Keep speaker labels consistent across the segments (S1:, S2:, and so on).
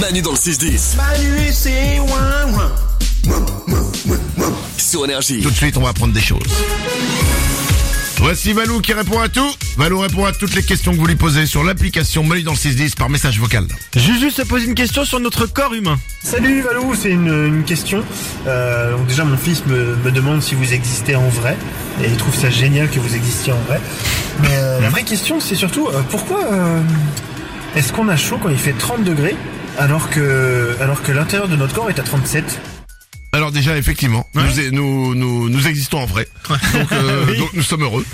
S1: Manu dans le 6-10.
S2: Manu et ses ouin ouin.
S1: Sur Énergie.
S3: Tout de suite, on va apprendre des choses. Voici Valou qui répond à tout. Valou répond à toutes les questions que vous lui posez sur l'application Manu dans le 610 par message vocal.
S4: Juju se pose une question sur notre corps humain.
S5: Salut Valou, c'est une, une question. Euh, donc déjà mon fils me, me demande si vous existez en vrai et il trouve ça génial que vous existiez en vrai. Mais euh, la vraie question c'est surtout euh, pourquoi euh, est-ce qu'on a chaud quand il fait 30 degrés alors que alors que l'intérieur de notre corps est à 37
S3: Alors déjà, effectivement, nous, nous, nous, nous existons en vrai. Donc, euh, donc nous sommes heureux.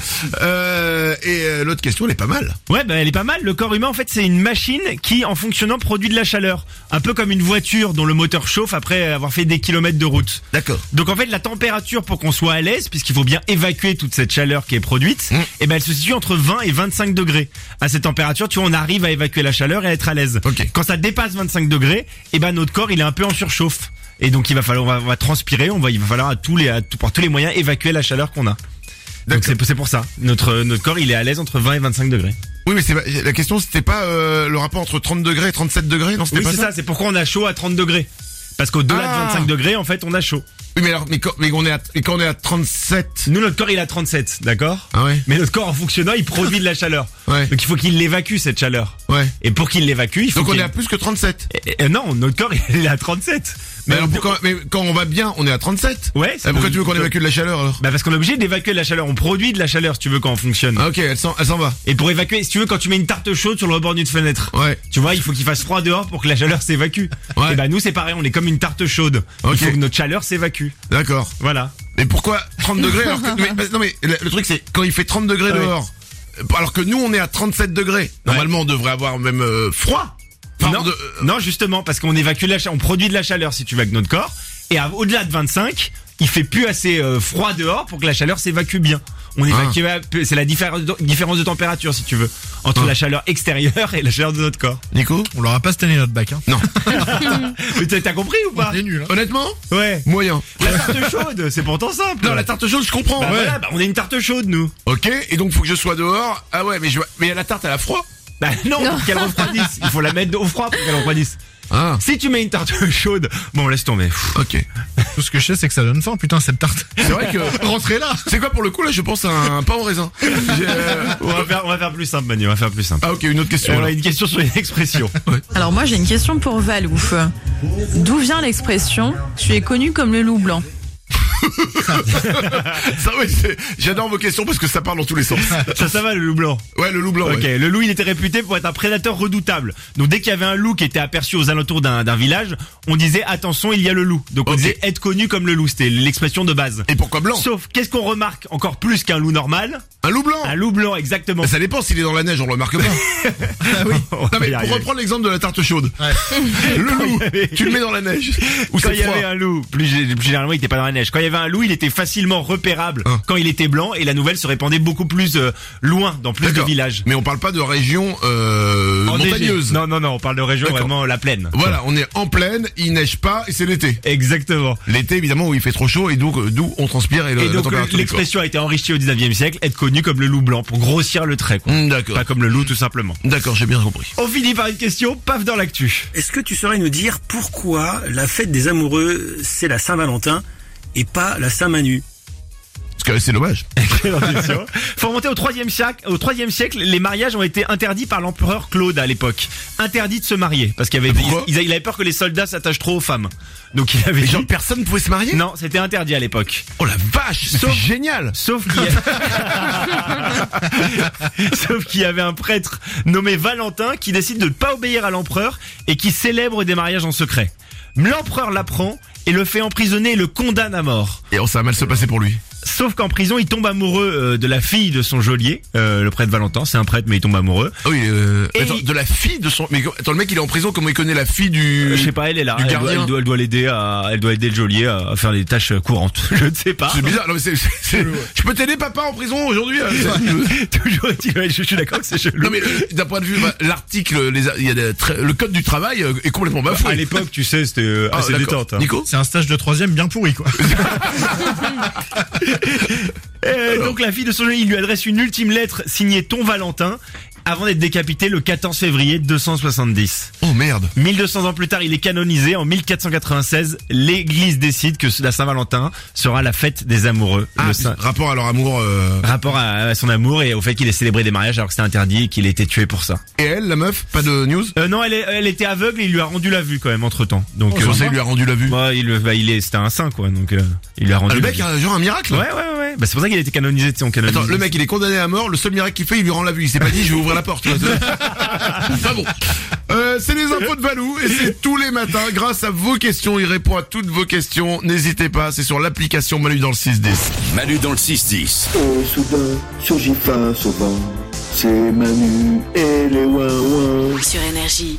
S3: Euh, et euh, l'autre question, elle est pas mal.
S4: Ouais, bah, elle est pas mal. Le corps humain, en fait, c'est une machine qui, en fonctionnant, produit de la chaleur. Un peu comme une voiture dont le moteur chauffe après avoir fait des kilomètres de route.
S3: D'accord.
S4: Donc en fait, la température pour qu'on soit à l'aise, puisqu'il faut bien évacuer toute cette chaleur qui est
S3: Mmh.
S4: produite, eh ben, elle se situe entre 20 et 25 degrés. À cette température, tu vois, on arrive à évacuer la chaleur et à être à l'aise.
S3: Ok.
S4: Quand ça dépasse 25 degrés, eh ben, notre corps, il est un peu en surchauffe. Et donc, il va falloir, on va, on va transpirer, on va, il va falloir à tous les, à tout- par tous les moyens évacuer la chaleur qu'on a. Donc
S3: D'accord.
S4: c'est c'est pour ça. Notre, notre corps, il est à l'aise entre 20 et 25 degrés.
S3: Oui, mais c'est pas- la question, c'était pas euh, le rapport entre 30 degrés et 37 degrés, non c'était
S4: Oui,
S3: pas
S4: c'est ça, c'est pourquoi on a chaud à 30 degrés. Parce qu'au-delà
S3: Ah.
S4: de 25 degrés, en fait, on a chaud.
S3: Oui, mais alors, mais quand, mais on est à, et quand on est à 37,
S4: Nous, notre corps, il a 37, d'accord
S3: Ah ouais.
S4: Mais notre corps, en fonctionnant, il produit de la chaleur.
S3: Ouais.
S4: Donc il faut qu'il l'évacue, cette chaleur.
S3: ouais.
S4: Et pour qu'il l'évacue, il faut
S3: Donc on
S4: qu'il-
S3: est à plus que 37.
S4: Eh, eh, Non, notre corps, il est à 37.
S3: Mais, alors, pourquoi, mais quand on va bien, on est à 37.
S4: Ouais,
S3: Ah,
S4: c'est-
S3: pourquoi tu veux qu'on évacue de la chaleur alors
S4: Bah parce qu'on est obligé d'évacuer de la chaleur. On produit de la chaleur, si tu veux, quand on fonctionne.
S3: Ah, Ok, elle s'en elle s'en va.
S4: Et pour évacuer, si tu veux, quand tu mets une tarte chaude sur le rebord d'une fenêtre,
S3: Ouais.
S4: tu vois, il faut qu'il fasse froid dehors pour que la chaleur s'évacue.
S3: Ouais.
S4: Et bah nous, c'est pareil, on est comme une tarte chaude.
S3: Ok.
S4: Il faut que notre chaleur s'évacue.
S3: D'accord.
S4: Voilà.
S3: Mais pourquoi 30 degrés alors que, mais- mais- Non mais le, le truc c'est quand il fait 30 degrés
S4: Ouais.
S3: dehors, euh, alors que nous on est à 37 degrés. Normalement on devrait avoir même euh, froid. Enfin,
S4: non,
S3: de- euh,
S4: non, justement, parce qu'on évacue de la chaleur, on produit de la chaleur si tu veux avec notre corps. Et à- au-delà de 25, il fait plus assez euh, froid dehors pour que la chaleur s'évacue bien. On évacue, à- c'est la différence de- différence de température si tu veux entre la chaleur extérieure et la chaleur de notre corps.
S3: Nico
S6: On l'aura pas cette année notre bac. Hein.
S4: Mais t'as t'as compris ou pas
S6: On est nul. hein.
S3: Honnêtement
S4: Ouais.
S3: Moyen.
S4: La tarte chaude, c'est pourtant simple.
S3: Non la tarte chaude je comprends.
S4: Bah
S3: ouais.
S4: voilà, bah on est une tarte chaude nous.
S3: Ok et donc faut que je sois dehors. Ah ouais mais je mais la tarte elle a froid.
S4: Bah non, pour qu'elle refroidisse. Il faut la mettre au froid pour qu'elle refroidisse.
S3: Ah
S4: Si tu mets une tarte chaude, bon laisse tomber. Pff,
S3: ok.
S6: Tout ce que je sais, c'est que ça donne faim. Putain, cette tarte.
S3: C'est vrai que rentrez là. C'est quoi pour le coup là je pense à un pain au raisin. J'ai, euh,
S4: On va faire, on va faire plus simple Manu, on va faire plus simple.
S3: Ah ok une autre question.
S4: on a
S3: alors.
S4: une question sur une expression.
S7: Alors moi j'ai une question pour Valouf. D'où vient l'expression tu es connu comme le loup blanc
S3: Ça ouais c'est- j'adore vos questions parce que ça parle dans tous les sens.
S4: Ça, ça va le loup blanc.
S3: Ouais le loup blanc.
S4: Ok,
S3: ouais.
S4: le loup il était réputé pour être un prédateur redoutable. Donc dès qu'il y avait un loup qui était aperçu aux alentours d'un d'un village, on disait attention il y a le loup. Donc on
S3: Ok.
S4: disait être connu comme le loup, c'était l'expression de base.
S3: Et pourquoi blanc
S4: Sauf qu'est-ce qu'on remarque encore plus qu'un loup normal
S3: Un loup blanc.
S4: Un loup blanc exactement.
S3: Ça dépend s'il est dans la neige, on le remarque pas.
S4: On va
S3: Non mais
S4: y
S3: pour
S4: arriver.
S3: reprendre l'exemple de la tarte chaude. Le loup, tu le mets dans la neige ou
S4: quand
S3: c'est
S4: il y
S3: froid.
S4: avait un loup, plus gé- plus généralement il était pas dans la neige. Quand il y avait un loup, il était facilement repérable
S3: Hein.
S4: quand il était blanc et la nouvelle se répandait beaucoup plus euh, loin dans plus de
S3: D'accord.
S4: villages.
S3: Mais on parle pas de région euh,
S4: Enneigées.
S3: montagneuse.
S4: Non non non, on parle de région
S3: D'accord.
S4: vraiment la plaine.
S3: Voilà, on est en plaine, il neige pas et c'est l'été.
S4: Exactement.
S3: L'été évidemment où il fait trop chaud et donc euh, d'où on transpire et, le-
S4: Et
S3: la
S4: donc euh,
S3: température. du corps.
S4: l'expression a été enrichie au 19e siècle, être connu comme le loup blanc pour grossir le trait, quoi.
S3: Hmm, D'accord.
S4: pas comme le loup tout simplement.
S3: D'accord, j'ai bien compris.
S4: On finit par une question, paf dans l'actu.
S8: Est-ce que tu saurais nous dire pourquoi la fête des amoureux, c'est la Saint-Valentin et pas la Saint-Manu
S3: Parce que c'est dommage.
S4: Quelle question. Faut remonter au 3e siècle. Au 3e siècle, les mariages ont été interdits par l'empereur Claude à l'époque. Interdit de se marier parce qu'il avait
S3: Pourquoi
S4: il, il avait peur que les soldats s'attachent trop aux femmes. Donc il avait
S3: Et
S4: dit-
S3: genre personne ne pouvait se marier
S4: non, c'était interdit à l'époque.
S3: Oh la vache, c'est
S4: Sauf-
S3: génial.
S4: Sauf qu'il y, a- Sauf qu'il y avait un prêtre nommé Valentin qui décide de ne pas obéir à l'empereur et qui célèbre des mariages en secret. L'empereur l'apprend et le fait emprisonner et le condamne à mort.
S3: Et oh, ça va mal se passer pour lui.
S4: Sauf qu'en prison, il tombe amoureux euh, de la fille de son geôlier, euh, le prêtre Valentin, c'est un prêtre mais il tombe amoureux.
S3: Ah oui, euh,
S4: Et
S3: attends,
S4: il-
S3: de la fille de son mais attends le mec il est en prison comment il connaît la fille du
S4: Euh, Je sais pas, elle est là.
S3: Du
S4: Elle doit,
S3: gardien.
S4: elle doit- elle doit l'aider à, elle doit aider le geôlier à à faire des tâches euh, courantes. Je ne sais pas.
S3: C'est bizarre. Non, mais c'est- c'est- c'est- Je peux t'aider, papa, en prison aujourd'hui euh, c'est-
S4: Toujours est-il, ouais, je, je suis d'accord que c'est chelou.
S3: Non mais euh, d'un point de vue bah, l'article, les, a- il y a des tra- le code du travail euh, est complètement bafoué.
S4: à l'époque, tu sais, c'était euh,
S3: Ah,
S4: assez
S3: d'accord.
S4: détente. hein.
S3: Nico
S6: C'est un stage de troisième bien pourri, quoi.
S4: Euh, donc la fille de son jeu, il lui adresse une ultime lettre signée Ton Valentin avant d'être décapité le 14 février 270.
S3: Oh merde.
S4: 1200 ans plus tard, il est canonisé. En 1496, l'église décide que la Saint-Valentin sera la fête des amoureux.
S3: Ah,
S4: Le Saint-
S3: rapport à leur amour. euh,
S4: Rapport à, à son amour et au fait qu'il ait célébré des mariages alors que c'était interdit et qu'il était tué pour ça.
S3: Et elle, la meuf, pas de news
S4: Euh, non, elle, est- elle était aveugle et il lui a rendu la vue quand même entre temps. Donc,
S3: Je
S4: euh,
S3: pensais qu'il lui a rendu la vue.
S4: bah, il, bah, il est, c'était un saint quoi. Donc, euh, il lui a rendu.
S3: Ah, le
S4: la
S3: mec,
S4: vue.
S3: a genre un miracle
S4: Ouais, ouais, ouais. Bah, c'est pour ça qu'il a été canonisé. tu sais, on canonise.
S3: Attends, le mec il est condamné à mort, le seul miracle qu'il fait, il lui rend la vue. Il s'est pas dit je vais ouvrir la porte. tu vois. Pas bon. Euh, c'est les infos de Valou et c'est tous les matins grâce à vos questions. Il répond à toutes vos questions. N'hésitez pas, c'est sur l'application Manu dans le 610.
S2: Manu dans le 6-10.
S1: Et Euh, soudain, surgit face au vent. C'est Manu et les ouin-ouin.
S9: sur énergie.